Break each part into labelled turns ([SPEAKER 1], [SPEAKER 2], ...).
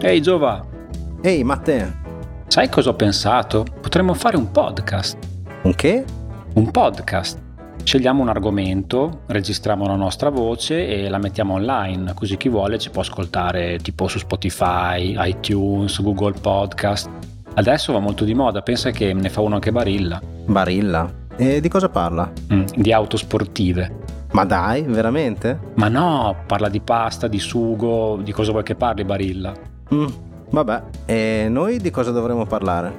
[SPEAKER 1] Ehi Giova,
[SPEAKER 2] Ehi Matteo,
[SPEAKER 1] sai cosa ho pensato? Potremmo fare un podcast.
[SPEAKER 2] un che?
[SPEAKER 1] Un podcast. Scegliamo un argomento, registriamo la nostra voce e la mettiamo online, così chi vuole ci può ascoltare tipo su Spotify, iTunes, Google Podcast. Adesso va molto di moda, pensa che ne fa uno anche Barilla,
[SPEAKER 2] Barilla. E di cosa parla?
[SPEAKER 1] Mm, di auto sportive.
[SPEAKER 2] Ma dai, veramente?
[SPEAKER 1] Ma no, parla di pasta, di sugo, di cosa vuoi che parli Barilla?
[SPEAKER 2] Mm, vabbè, e noi di cosa dovremmo parlare?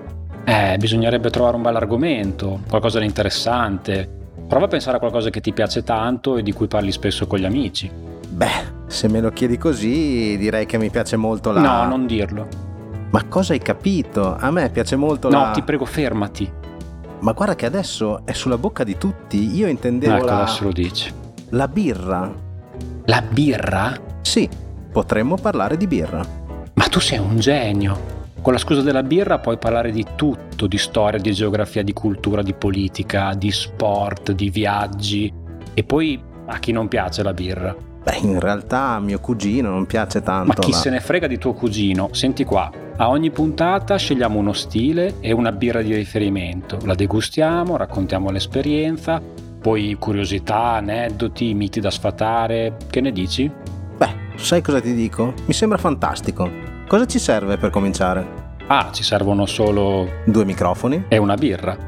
[SPEAKER 1] Eh, bisognerebbe trovare un bel argomento, qualcosa di interessante. Prova a pensare a qualcosa che ti piace tanto e di cui parli spesso con gli amici.
[SPEAKER 2] Beh, se me lo chiedi così, direi che mi piace molto la...
[SPEAKER 1] No, non dirlo.
[SPEAKER 2] Ma cosa hai capito? A me piace molto la...
[SPEAKER 1] No, ti prego, fermati.
[SPEAKER 2] Ma guarda che adesso è sulla bocca di tutti. Io intendevo
[SPEAKER 1] ecco,
[SPEAKER 2] la...
[SPEAKER 1] adesso lo dici.
[SPEAKER 2] la birra.
[SPEAKER 1] La birra?
[SPEAKER 2] Sì, potremmo parlare di birra.
[SPEAKER 1] Ma tu sei un genio. Con la scusa della birra puoi parlare di tutto, di storia, di geografia, di cultura, di politica, di sport, di viaggi. E poi a chi non piace la birra?
[SPEAKER 2] Beh, in realtà a mio cugino non piace tanto
[SPEAKER 1] Ma chi
[SPEAKER 2] la-
[SPEAKER 1] se ne frega di tuo cugino? Senti qua, a ogni puntata scegliamo uno stile e una birra di riferimento, la degustiamo, raccontiamo l'esperienza, poi curiosità, aneddoti, miti da sfatare, che ne dici?
[SPEAKER 2] Beh, sai cosa ti dico? Mi sembra fantastico. Cosa ci serve per cominciare?
[SPEAKER 1] Ah, ci servono solo...
[SPEAKER 2] Due microfoni,
[SPEAKER 1] è una birra.